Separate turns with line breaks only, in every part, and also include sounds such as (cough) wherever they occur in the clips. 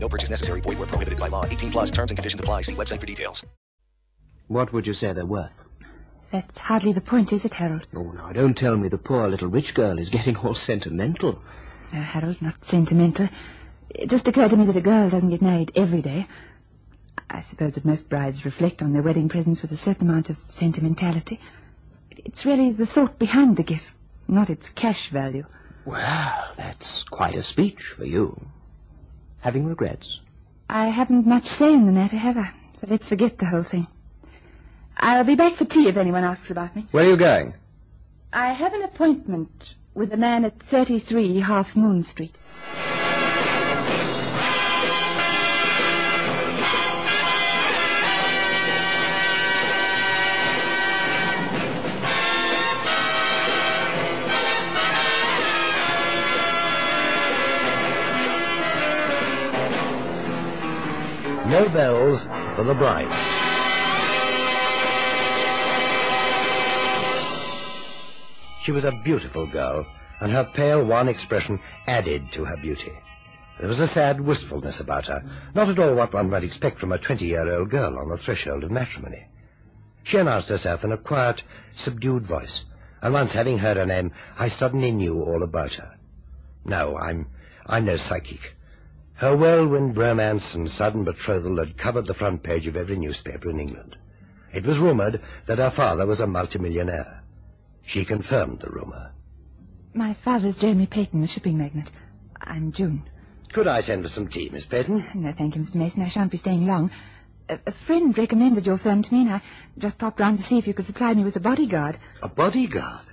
No purchase necessary. Void where prohibited by law. 18 plus terms and conditions apply. See website for details.
What would you say they're worth?
That's hardly the point, is it, Harold?
Oh, now, don't tell me the poor little rich girl is getting all sentimental.
No, Harold, not sentimental. It just occurred to me that a girl doesn't get married every day. I suppose that most brides reflect on their wedding presents with a certain amount of sentimentality. It's really the thought behind the gift, not its cash value.
Well, that's quite a speech for you. Having regrets?
I haven't much say in the matter, have I? So let's forget the whole thing. I'll be back for tea if anyone asks about me.
Where are you going?
I have an appointment with a man at 33 Half Moon Street.
No bells for the bride. She was a beautiful girl, and her pale wan expression added to her beauty. There was a sad wistfulness about her, not at all what one might expect from a twenty-year-old girl on the threshold of matrimony. She announced herself in a quiet, subdued voice, and once having heard her name, I suddenly knew all about her. No, I'm, I'm no psychic. Her whirlwind romance and sudden betrothal had covered the front page of every newspaper in England. It was rumoured that her father was a multimillionaire. She confirmed the rumour.
My father's Jeremy Payton, the shipping magnate. I'm June.
Could I send for some tea, Miss Peyton?
No, thank you, Mr. Mason. I shan't be staying long. A, a friend recommended your firm to me, and I just popped round to see if you could supply me with a bodyguard.
A bodyguard?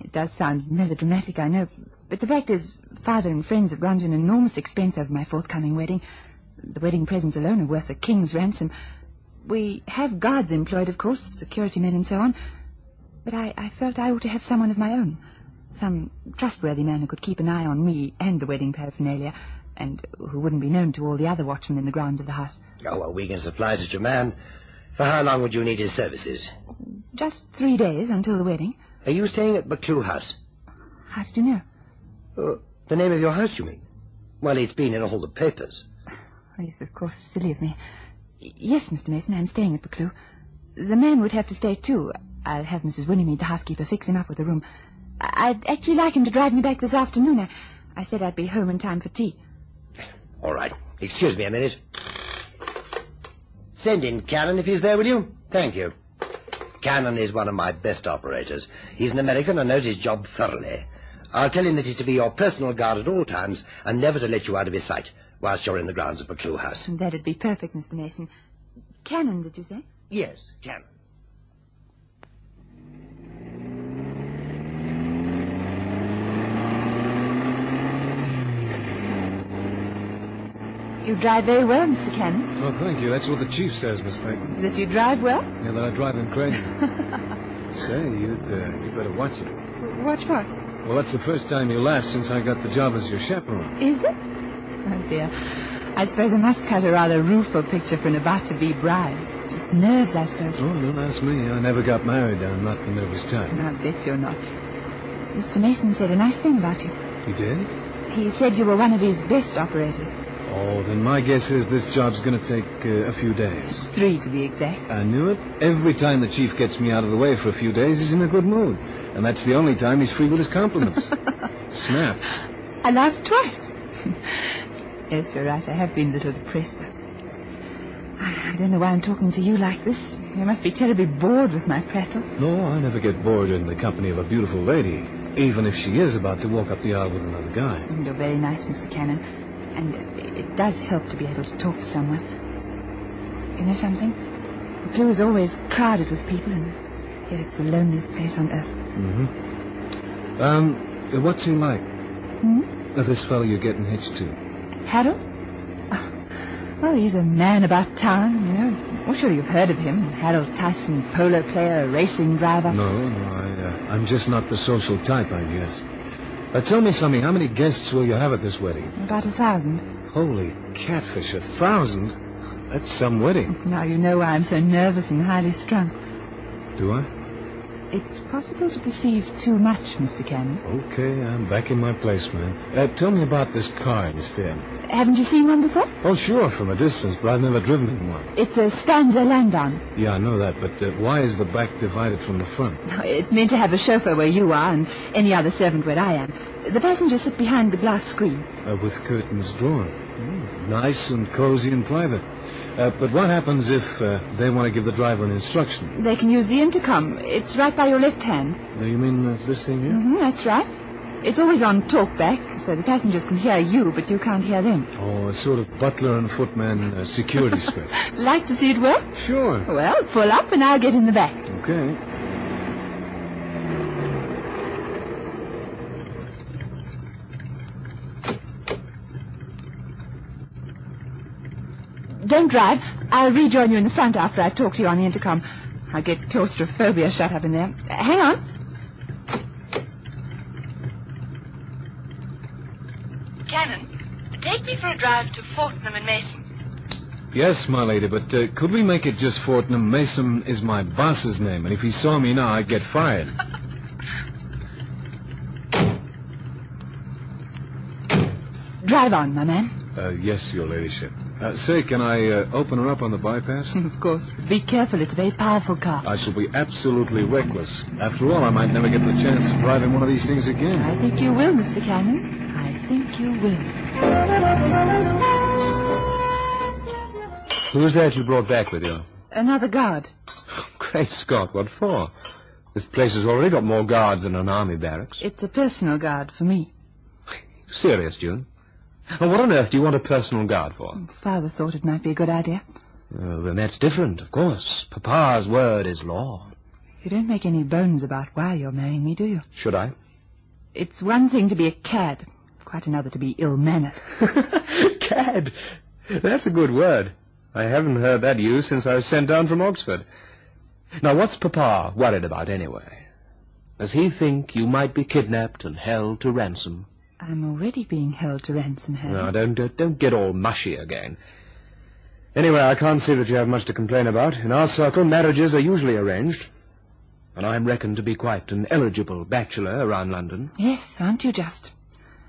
It does sound melodramatic, I know, but the fact is, father and friends have gone to an enormous expense over my forthcoming wedding. The wedding presents alone are worth a king's ransom. We have guards employed, of course, security men and so on, but I, I felt I ought to have someone of my own. Some trustworthy man who could keep an eye on me and the wedding paraphernalia, and who wouldn't be known to all the other watchmen in the grounds of the house.
Oh, well, we can supply such a man. For how long would you need his services?
Just three days until the wedding.
Are you staying at McClue House?
How did you know?
Uh, the name of your house, you mean? Well, it's been in all the papers.
Oh, yes, of course, silly of me. Y- Yes, Mr. Mason, I'm staying at Buccleuch. The man would have to stay too. I'll have Mrs. Winnemede, the housekeeper, fix him up with a room. I- I'd actually like him to drive me back this afternoon. I, I said I'd be home in time for tea.
All right. Excuse me a minute. Send in Cannon if he's there, will you? Thank you. Cannon is one of my best operators. He's an American and knows his job thoroughly. I'll tell him that he's to be your personal guard at all times and never to let you out of his sight whilst you're in the grounds of McClue House.
That'd be perfect, Mr. Mason. Cannon, did you say?
Yes, Cannon.
You drive very well, Mr. Cannon.
Well, thank you. That's what the chief says, Miss Peyton.
That you drive well?
Yeah, that I drive him crazy. Say, you'd, uh, you better watch it.
Watch what?
Well, that's the first time you laughed since I got the job as your chaperone.
Is it? Oh, dear. I suppose I must cut a rather rueful picture for an about-to-be bride. It's nerves, I suppose.
Oh, don't ask me. I never got married. I'm not the nervous type.
I bet you're not. Mr. Mason said a nice thing about you.
You did?
He said you were one of his best operators.
Oh, then my guess is this job's going to take uh, a few days.
Three, to be exact.
I knew it. Every time the chief gets me out of the way for a few days, he's in a good mood. And that's the only time he's free with his compliments. Snap.
I laughed twice. (laughs) yes, you're right. I have been a little depressed. I I don't know why I'm talking to you like this. You must be terribly bored with my prattle.
No, I never get bored in the company of a beautiful lady, even if she is about to walk up the aisle with another guy.
You're very nice, Mr. Cannon. And uh, it does help to be able to talk to someone. You know something? The clue is always crowded with people, and yet it's the loneliest place on earth.
Mm-hmm. Um, uh, what's he like? Uh, this fellow you're getting hitched to.
Harold? Oh, well, he's a man about town, you know. Well, sure, you've heard of him. Harold Tyson, polo player, racing driver.
No, no, I, uh, I'm just not the social type, I guess. Uh, tell me something. How many guests will you have at this wedding?
About a thousand.
Holy catfish, a thousand? That's some wedding.
Now you know why I'm so nervous and highly strung.
Do I?
It's possible to perceive too much, Mr. Cameron.
Okay, I'm back in my place, man. Uh, tell me about this car instead.
Haven't you seen one before?
Oh, sure, from a distance, but I've never driven in one.
It's a Stanza Landon.
Yeah, I know that, but uh, why is the back divided from the front?
(laughs) It's meant to have a chauffeur where you are and any other servant where I am. The passengers sit behind the glass screen.
Uh, with curtains drawn. Mm, Nice and cozy and private. Uh, but what happens if uh, they want to give the driver an instruction?
They can use the intercom. It's right by your left hand.
Do you mean uh, this thing here?
Mm, that's right. It's always on talkback, so the passengers can hear you, but you can't hear them.
Oh, a sort of butler and footman uh, security script.
Like to see it work?
Sure.
Well, pull up and I'll get in the back.
Okay.
Don't drive. I'll rejoin you in the front after I've talked to you on the intercom. I get claustrophobia shut up in there. Uh, hang on. Cannon, take me for a drive to Fortnum and Mason.
Yes, my lady, but uh, could we make it just Fortnum? Mason is my boss's name, and if he saw me now, I'd get fired.
Drive on, my man. (laughs)
Uh, yes, your ladyship. Uh, say, can I uh, open her up on the bypass?
Of course. Be careful. It's a very powerful car.
I shall be absolutely reckless. After all, I might never get the chance to drive in one of these things again.
I think you will, Mr. Cannon. I think you will.
Who's that you brought back with you?
Another guard.
Great Scott, what for? This place has already got more guards than an army barracks.
It's a personal guard for me.
Serious, June? Now, what on earth do you want a personal guard for?
Father thought it might be a good idea.
Oh, then that's different, of course. Papa's word is law.
You don't make any bones about why you're marrying me, do you?
Should I? (laughs)
It's one thing to be a cad, quite another to be ill-mannered.
Cad. That's a good word. I haven't heard that used since I was sent down from Oxford. Now, what's Papa worried about anyway? Does he think you might be kidnapped and held to ransom?
I'm already being held to ransom, Harry.
No, don't, don't, don't get all mushy again. Anyway, I can't see that you have much to complain about. In our circle, marriages are usually arranged. And I'm reckoned to be quite an eligible bachelor around London.
Yes, aren't you just?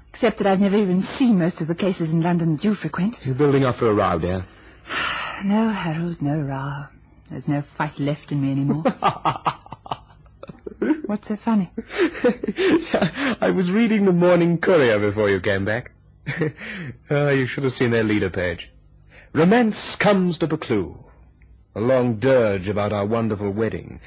Except that I've never even seen most of the places in London that you
(laughs)
frequent.
You're building up for a row, dear. (laughs)
No, Harold, no row. There's no fight left in me anymore. What's so funny?
I was reading the Morning Courier before you came back. (laughs) Ah, you should have seen their leader page. Romance comes to Buccleuch. A long dirge about our wonderful wedding.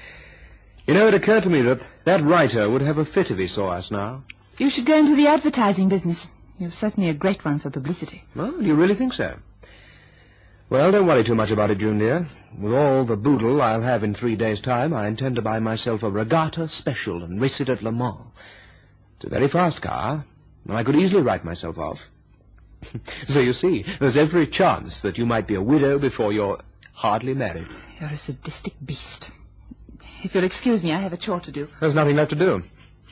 You know, it occurred to me that that writer would have a fit if he saw us now.
You should go into the advertising business. You're certainly a great one for publicity.
Oh, do you really think so? Well, don't worry too much about it, June dear. With all the boodle I'll have in three days' time, I intend to buy myself a regatta special and race it at Le Mans. It's a very fast car, and I could easily write myself off. (laughs) so you see, there's every chance that you might be a widow before you're hardly married.
You're a sadistic beast. If you'll excuse me, I have a chore to do.
There's nothing left to do.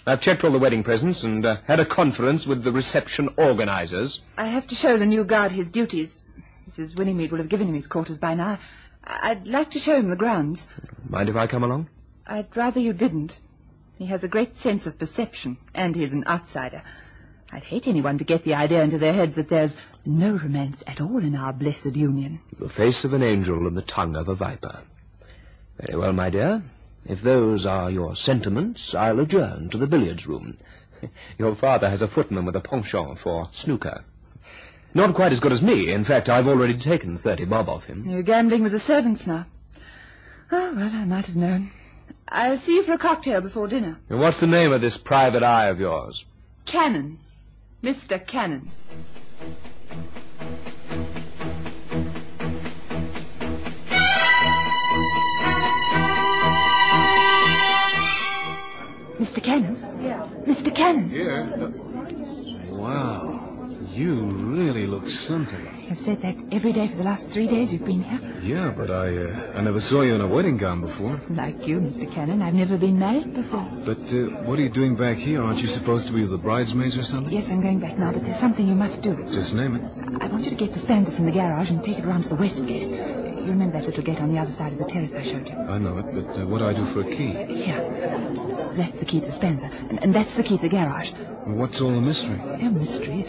I've checked all the wedding presents and uh, had a conference with the reception organizers.
I have to show the new guard his duties. Mrs. Winniemead will have given him his quarters by now. I- I'd like to show him the grounds.
Mind if I come along?
I'd rather you didn't. He has a great sense of perception, and he's an outsider. I'd hate anyone to get the idea into their heads that there's no romance at all in our blessed union.
The face of an angel and the tongue of a viper. Very well, my dear. If those are your sentiments, I'll adjourn to the billiards room. (laughs) Your father has a footman with a penchant for snooker. Not quite as good as me. In fact, I've already taken 30 bob off him.
You're gambling with the servants now. Oh, well, I might have known. I'll see you for a cocktail before dinner.
And what's the name of this private eye of yours?
Cannon. Mr. Cannon. Mr. Cannon? Mr. Cannon?
Yeah. Wow.
You really look something.
I've said that every day for the last three days you've been here.
Yeah, but I, uh, I never saw you in a wedding gown before.
Like you, Mr. Cannon, I've never been married before.
But uh, what are you doing back here? Aren't you supposed to be with the bridesmaids or something?
Yes, I'm going back now, but there's something you must do.
Just name it.
I want you to get the stanza from the garage and take it round to the west gate. You remember that little gate on the other side of the terrace I showed you?
I know it, but uh, what do I do for a key?
Here. That's the key to the stanza, and, and that's the key to the garage.
What's all the mystery?
No mystery.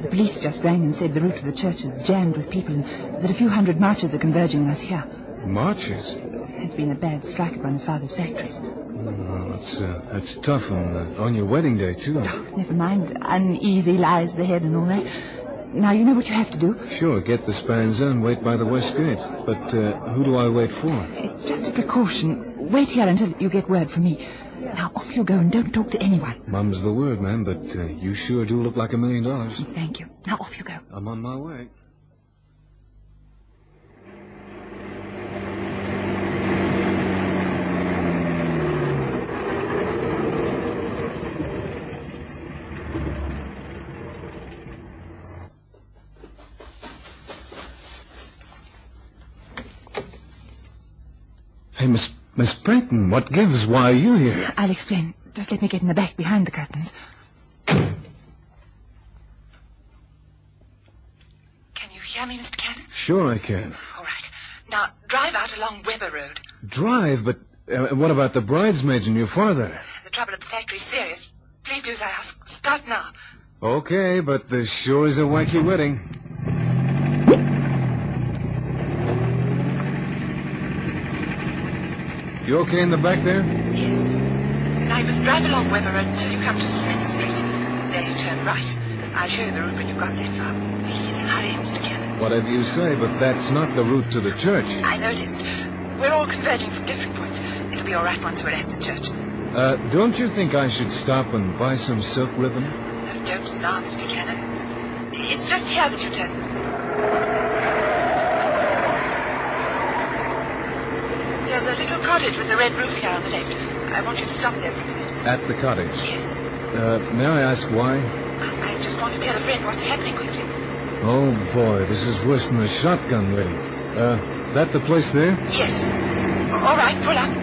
The police just rang and said the route to the church is jammed with people and that a few hundred marchers are converging on us here.
Marches?
There's been a bad strike at one of Father's factories.
Well, that's, uh, that's tough on, uh, on your wedding day, too.
(laughs) Never mind, uneasy lies the head and all that. Now, you know what you have to do?
Sure, get the Spanzer and wait by the west gate. But uh, who do I wait for?
It's just a precaution. Wait here until you get word from me. Now, off you go and don't talk to anyone.
Mum's the word, ma'am, but uh, you sure do look like a million dollars.
Thank you. Now, off you go.
I'm on my way. Hey, Miss Miss Brayton, what gives? Why are you here?
I'll explain. Just let me get in the back behind the curtains. Can you hear me, Mr. Cannon?
Sure, I can.
All right. Now, drive out along Weber Road.
Drive, but uh, what about the bridesmaids and your father?
The trouble at the factory's serious. Please do as I ask. Start now.
Okay, but this sure is a wacky wedding. You okay in the back there?
Yes. Now, you must drive along Weber Road until you come to Smith Street. There you turn right. I'll show you the route when you've got that far. Please hurry, Mr. Cannon.
Whatever you say, but that's not the route to the church.
I noticed. We're all converging from different points. It'll be all right once we're at the church.
Uh, don't you think I should stop and buy some silk ribbon?
No jokes now, Mr. Cannon. It's just here that you turn. There's a little cottage with a red roof here on the left. I want you to stop there for a minute.
At the cottage.
Yes.
Uh, may I ask why?
I I just want to tell a friend what's happening quickly.
Oh, boy, this is worse than a shotgun wedding. Uh, that the place there?
Yes. All right, pull up.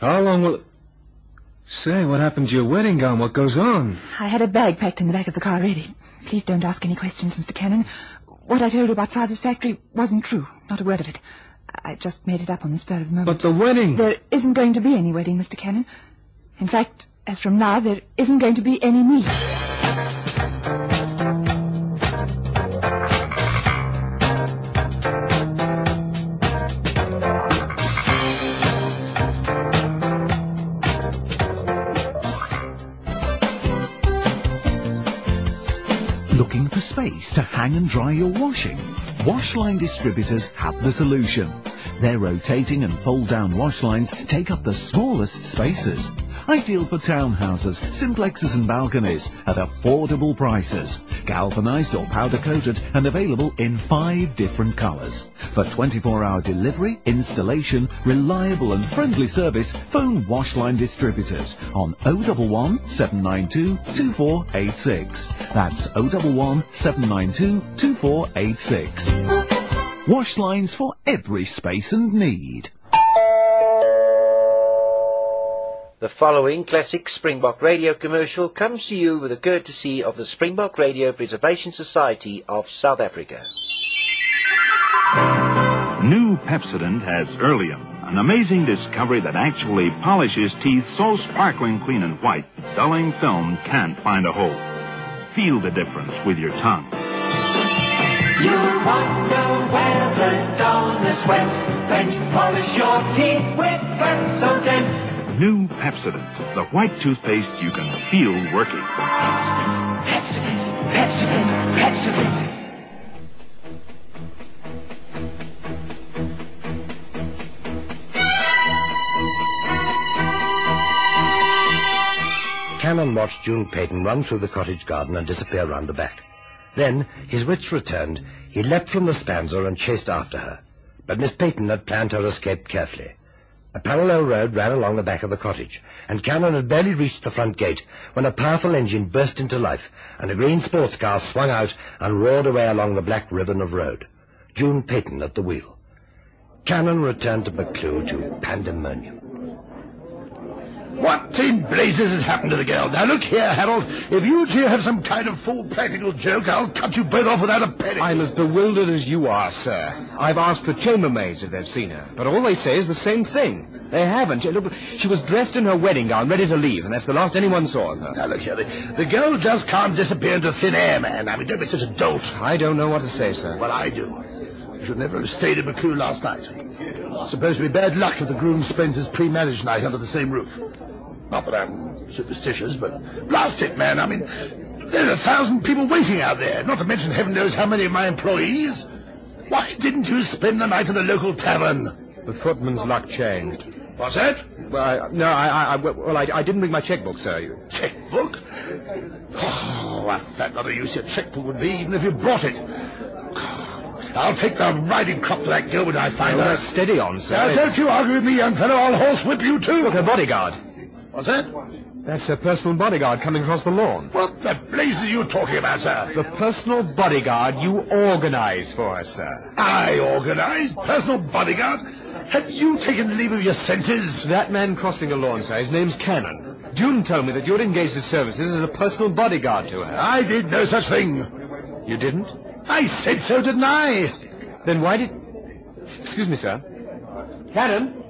How long will... Say, what happened to your wedding gown? What goes on?
I had a bag packed in the back of the car ready. Please don't ask any questions, Mr. Cannon. What I told you about Father's factory wasn't true. Not a word of it. I just made it up on the spur of the moment.
But the wedding...
There isn't going to be any wedding, Mr. Cannon. In fact, as from now, there isn't going to be any me.
Looking for space to hang and dry your washing? Washline distributors have the solution. Their rotating and fold down wash lines take up the smallest spaces. Ideal for townhouses, simplexes and balconies at affordable prices. Galvanized or powder coated and available in five different colors. For 24 hour delivery, installation, reliable and friendly service, phone Washline Distributors on 011 792 2486. That's 011 792 2486. Wash lines for every space and need.
The following classic Springbok radio commercial comes to you with the courtesy of the Springbok Radio Preservation Society of South Africa.
New Pepsodent has Earlium, an amazing discovery that actually polishes teeth so sparkling clean and white, dulling film can't find a hole. Feel the difference with your tongue.
You wonder where the dullness went when you polish your teeth with Pepsodent.
New Pepsodent, the white toothpaste you can feel working.
Pepsodent, Pepsodent, Pepsodent.
Cannon watched June Peyton run through the cottage garden and disappear round the back. Then, his wits returned, he leapt from the spanzer and chased after her. But Miss Peyton had planned her escape carefully.
A parallel road ran along the back of the cottage, and Cameron had barely reached the front gate when a powerful engine burst into life, and a green sports car swung out and roared away along the black ribbon of road. June Peyton at the wheel. Cannon returned to McClue to pandemonium.
What in blazes has happened to the girl? Now look here, Harold. If you two have some kind of full practical joke, I'll cut you both off without a penny.
I'm as bewildered as you are, sir. I've asked the chambermaids if they've seen her, but all they say is the same thing. They haven't. She, look, she was dressed in her wedding gown, ready to leave, and that's the last anyone saw of her.
Now look here, the, the girl just can't disappear into thin air, man. I mean, don't be such a dolt.
I don't know what to say, sir.
Well, I do. You should never have stayed at McClue last night. It's supposed to be bad luck if the groom spends his pre-marriage night under the same roof. Not that I'm superstitious, but blast it, man. I mean, there are a thousand people waiting out there, not to mention heaven knows how many of my employees. Why didn't you spend the night at the local tavern?
The footman's luck changed.
What's that?
Well, I, no, I, I, well, I, I didn't bring my checkbook, sir.
Checkbook? Oh, what that lot of use your checkbook would be, even if you brought it. I'll take the riding crop to that girl when I find
Well, uh,
her.
steady on, sir.
Now, don't you argue with me, young fellow. I'll horsewhip you too.
Look, a bodyguard.
What's that?
That's her personal bodyguard coming across the lawn.
What the blazes are you talking about, sir?
The personal bodyguard you organized for her, sir.
I organized personal bodyguard. Have you taken leave of your senses?
That man crossing the lawn, sir, his name's Cannon. June told me that you had engaged his services as a personal bodyguard to her.
I did no such thing.
You didn't?
I said so, didn't I?
Then why did... Excuse me, sir. Cannon?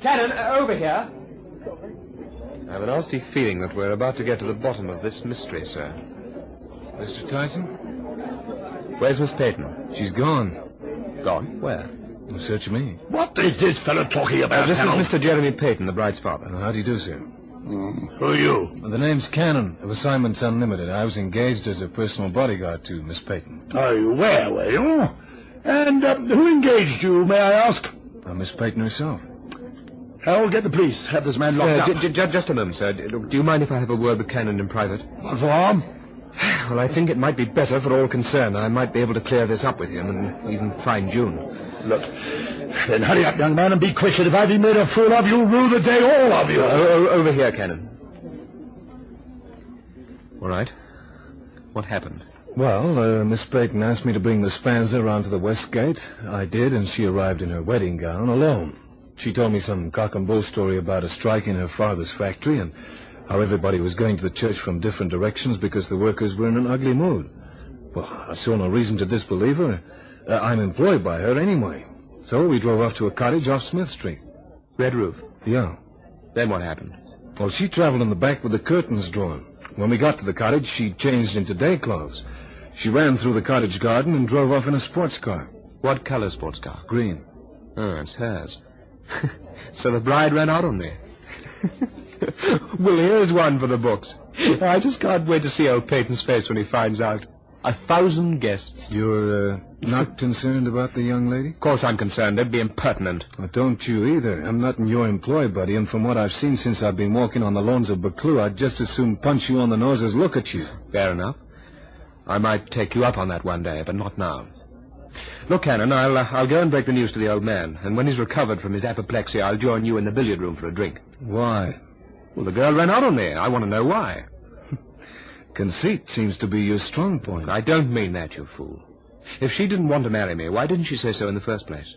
Cannon, uh, over here. I have a nasty feeling that we're about to get to the bottom of this mystery, sir.
Mr. Tyson?
Where's Miss Peyton?
She's gone.
Gone. Where?
No search of me.
What is this fellow talking about,
this
Harold?
is Mr. Jeremy Peyton, the bride's father.
Well, how do you do, sir?
Mm, Who are you?
Well, the name's Cannon of Assignments Unlimited. I was engaged as a personal bodyguard to Miss Peyton.
Oh, you were, were you? And um, who engaged you, may I ask?
Uh, Miss Peyton herself.
Harold, get the police. Have this man
Uh,
locked
ju-
up.
ju- ju- just a moment, sir. D- Look, do you mind if I have a word with Cannon in private?
What for harm?
Well, I think it might be better for all concerned. I might be able to clear this up with him and even find June.
Look, then hurry up, young man, and be quick. And if I've been made a fool of, you'll rue the day, all of you.
O- o- over here, Cannon. All right. What happened?
Well, uh, Miss Peyton asked me to bring the Spanzer round to the west gate. I did, and she arrived in her wedding gown alone. She told me some cock and bull story about a strike in her father's factory and how everybody was going to the church from different directions because the workers were in an ugly mood. Well, I saw no reason to disbelieve her. Uh, I'm employed by her anyway. So we drove off to a cottage off Smith Street.
Red roof.
Yeah.
Then what happened?
Well, she traveled in the back with the curtains drawn. When we got to the cottage, she changed into day clothes. She ran through the cottage garden and drove off in a sports car.
What color sports car?
Green.
Oh, it's hers. (laughs) so the bride ran out on me. well, here's one for the (laughs) books. I just can't wait to see old Peyton's face when he finds out. A thousand guests.
You're uh, not concerned about the young lady?
Of course I'm concerned. They'd be impertinent.
Well, don't you either. I'm not in your employ, buddy, and from what I've seen since I've been walking on the lawns of Buccleuch, I'd just as soon punch you on the nose as look at you.
Fair enough. I might take you up on that one day, but not now. Look, Cannon, I'll, uh, I'll go and break the news to the old man, and when he's recovered from his apoplexy, I'll join you in the billiard room for a drink.
Why?
Well, the girl ran out on me. I want to know why. (laughs)
Conceit seems to be your strong point.
I don't mean that, you fool. If she didn't want to marry me, why didn't she say so in the first place?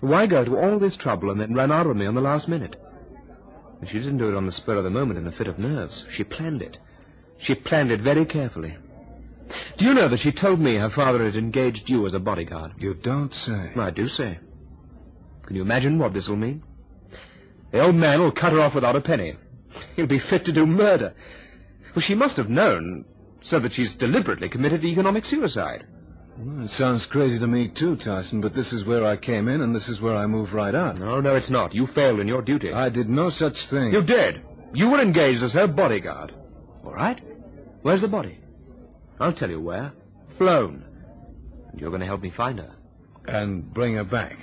Why go to all this trouble and then run out on me on the last minute? And she didn't do it on the spur of the moment in a fit of nerves. She planned it. She planned it very carefully. Do you know that she told me her father had engaged you as a bodyguard?
You don't say.
I do say. Can you imagine what this will mean? The old man will cut her off without a penny. He'll be fit to do murder. Well, she must have known, so that she's deliberately committed economic suicide.
Well, it sounds crazy to me, too, Tyson, but this is where I came in, and this is where I move right out.
No, no, it's not. You failed in your duty.
I did no such thing.
You did. You were engaged as her bodyguard. All right. Where's the body? I'll tell you where. Flown. And you're going to help me find her.
And bring her back.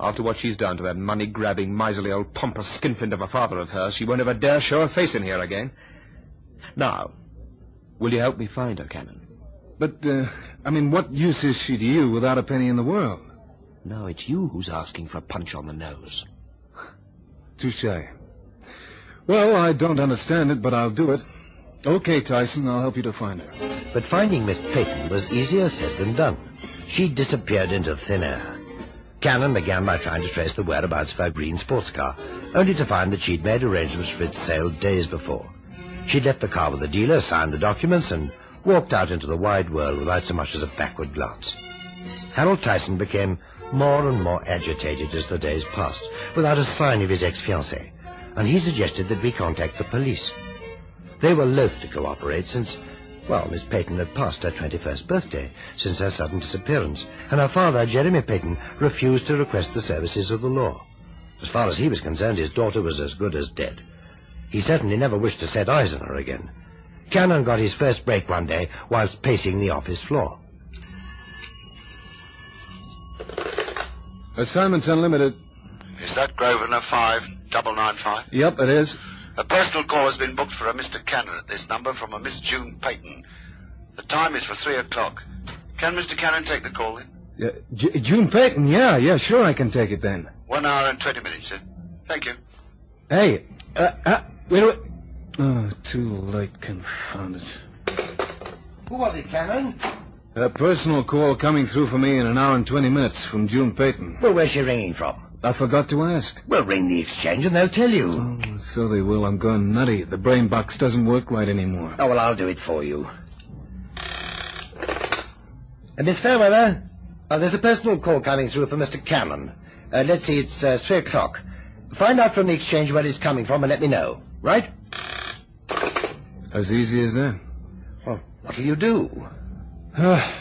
After what she's done to that money-grabbing, miserly old pompous skinflint of a father of hers, she won't ever dare show her face in here again. Now, will you help me find her, Cannon?
But, uh, I mean, what use is she to you without a penny in the world?
No, it's you who's asking for a punch on the nose. Touche. Well, I don't understand it, but I'll do it. Okay, Tyson, I'll help you to find her.
But finding Miss Peyton was easier said than done. She disappeared into thin air. Cannon began by trying to trace the whereabouts of her green sports car, only to find that she'd made arrangements for its sale days before. She'd left the car with the dealer, signed the documents, and walked out into the wide world without so much as a backward glance. Harold Tyson became more and more agitated as the days passed, without a sign of his ex-fiancée, and he suggested that we contact the police. They were loath to cooperate since, well, Miss Peyton had passed her 21st birthday since her sudden disappearance, and her father, Jeremy Peyton, refused to request the services of the law. As far as he was concerned, his daughter was as good as dead. He certainly never wished to set eyes on her again. Cannon got his first break one day whilst pacing the office floor.
Assignments Unlimited.
Is that Grosvenor 5 double nine five?
Yep, it is.
A personal call has been booked for a Mr. Cannon at this number from a Miss June Peyton. The time is for three o'clock. Can Mr. Cannon take the call then?
Yeah, Uh, J- June Peyton, yeah, yeah, sure I can take it then.
One hour and twenty minutes, sir. Thank you.
Hey, uh, uh, wait a minute. Oh, too late, confound it.
Who was it, Cannon?
A personal call coming through for me in an hour and twenty minutes from June Peyton.
Well, where's she ringing from?
I forgot to ask.
Well, ring the exchange and they'll tell you.
Oh, so they will. I'm going nutty. The brain box doesn't work right anymore.
Oh, well, I'll do it for you. Uh, Miss Fairweather, uh, there's a personal call coming through for Mr. Cannon. Uh, let's see, it's uh, three o'clock. Find out from the exchange where it's coming from and let me know, right?
As easy as that.
Well, what'll you do?
Uh,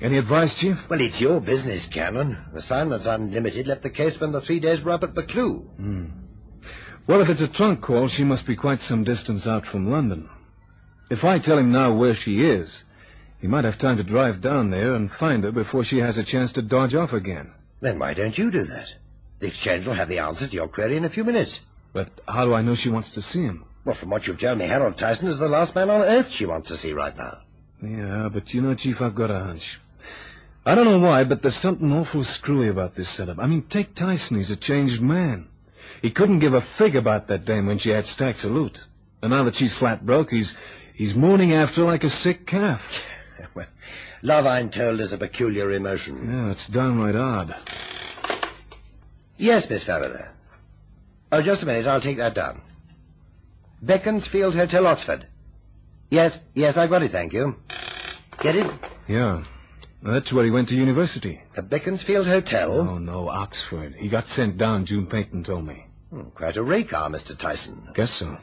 any advice, Chief?
Well, it's your business, Cannon. Assignments Unlimited left the case when the three days were up at Buccleuch.
Hmm. Well, if it's a trunk call, she must be quite some distance out from London. If I tell him now where she is, he might have time to drive down there and find her before she has a chance to dodge off again.
Then why don't you do that? The exchange will have the answer to your query in a few minutes.
But how do I know she wants to see him?
Well, from what you've told me, Harold Tyson is the last man on earth she wants to see right now.
Yeah, but you know, Chief, I've got a hunch. I don't know why, but there's something awful screwy about this setup. I mean, take Tyson. He's a changed man. He couldn't give a fig about that dame when she had stacks of loot. And now that she's flat broke, he's he's mooning after her like a sick calf.
Well, love, I'm told, is a peculiar emotion.
Yeah, it's downright odd.
Yes, Miss Faraday. Oh, just a minute. I'll take that down. Beaconsfield Hotel, Oxford. Yes, yes, I've got it, thank you. Get it?
Yeah. That's where he went to university.
The Beaconsfield Hotel?
Oh, no, Oxford. He got sent down, June Peyton told me.
Hmm, quite a rakear, Mr. Tyson.
Guess so.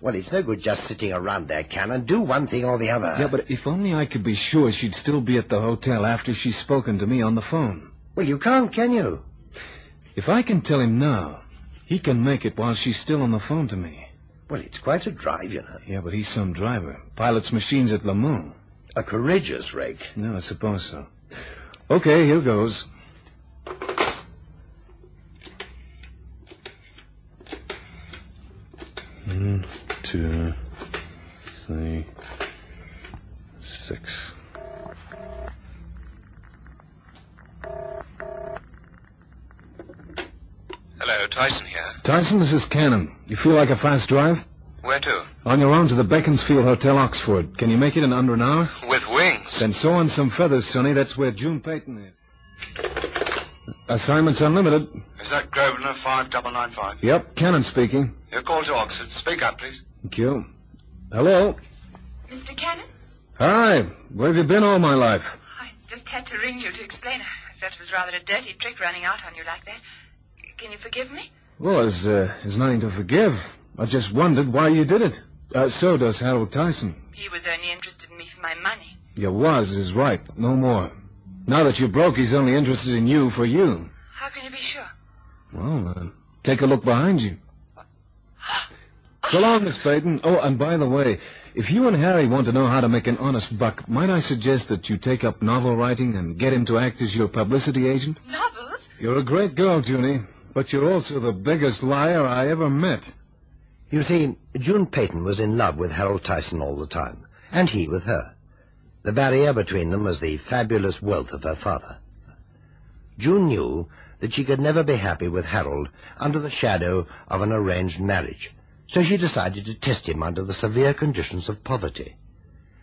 Well, it's no good just sitting around there, Cannon. Do one thing or the other.
Yeah, but if only I could be sure she'd still be at the hotel after she's spoken to me on the phone.
Well, you can't, can you?
If I can tell him now, he can make it while she's still on the phone to me.
Well, it's quite a drive, you know.
Yeah, but he's some driver. Pilots machines at Le Mans.
A courageous rake.
No, I suppose so. Okay, here goes. One, two, three, six.
Hello, Tyson here.
Tyson, this is Cannon. You feel like a fast drive?
Where to?
On your own to the Beaconsfield Hotel, Oxford. Can you make it in under an hour?
With wings.
Then sew on some feathers, Sonny. That's where June Peyton is. Assignments unlimited.
Is that Grosvenor 5995?
Yep, Cannon speaking.
Your call to Oxford. Speak up, please.
Thank you. Hello.
Mr. Cannon?
Hi. Where have you been all my life?
I just had to ring you to explain. I felt it was rather a dirty trick running out on you like that. Can you forgive me?
Well, there's, uh, there's nothing to forgive. I just wondered why you did it. Uh, so does Harold Tyson.
He was only interested in me for my money.
You was is right. No more. Now that you're broke, he's only interested in you for you.
How can you be sure?
Well, uh, take a look behind you. So long, Miss Peyton. Oh, and by the way, if you and Harry want to know how to make an honest buck, might I suggest that you take up novel writing and get him to act as your publicity agent?
Novels?
You're a great girl, Junie, but you're also the biggest liar I ever met.
You see, June Peyton was in love with Harold Tyson all the time, and he with her. The barrier between them was the fabulous wealth of her father. June knew that she could never be happy with Harold under the shadow of an arranged marriage, so she decided to test him under the severe conditions of poverty.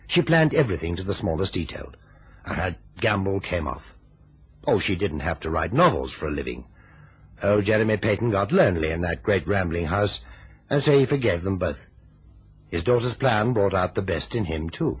She planned everything to the smallest detail, and her gamble came off. Oh, she didn't have to write novels for a living. Old Oh, Jeremy Peyton got lonely in that great rambling house, and so he forgave them both. His daughter's plan brought out the best in him, too.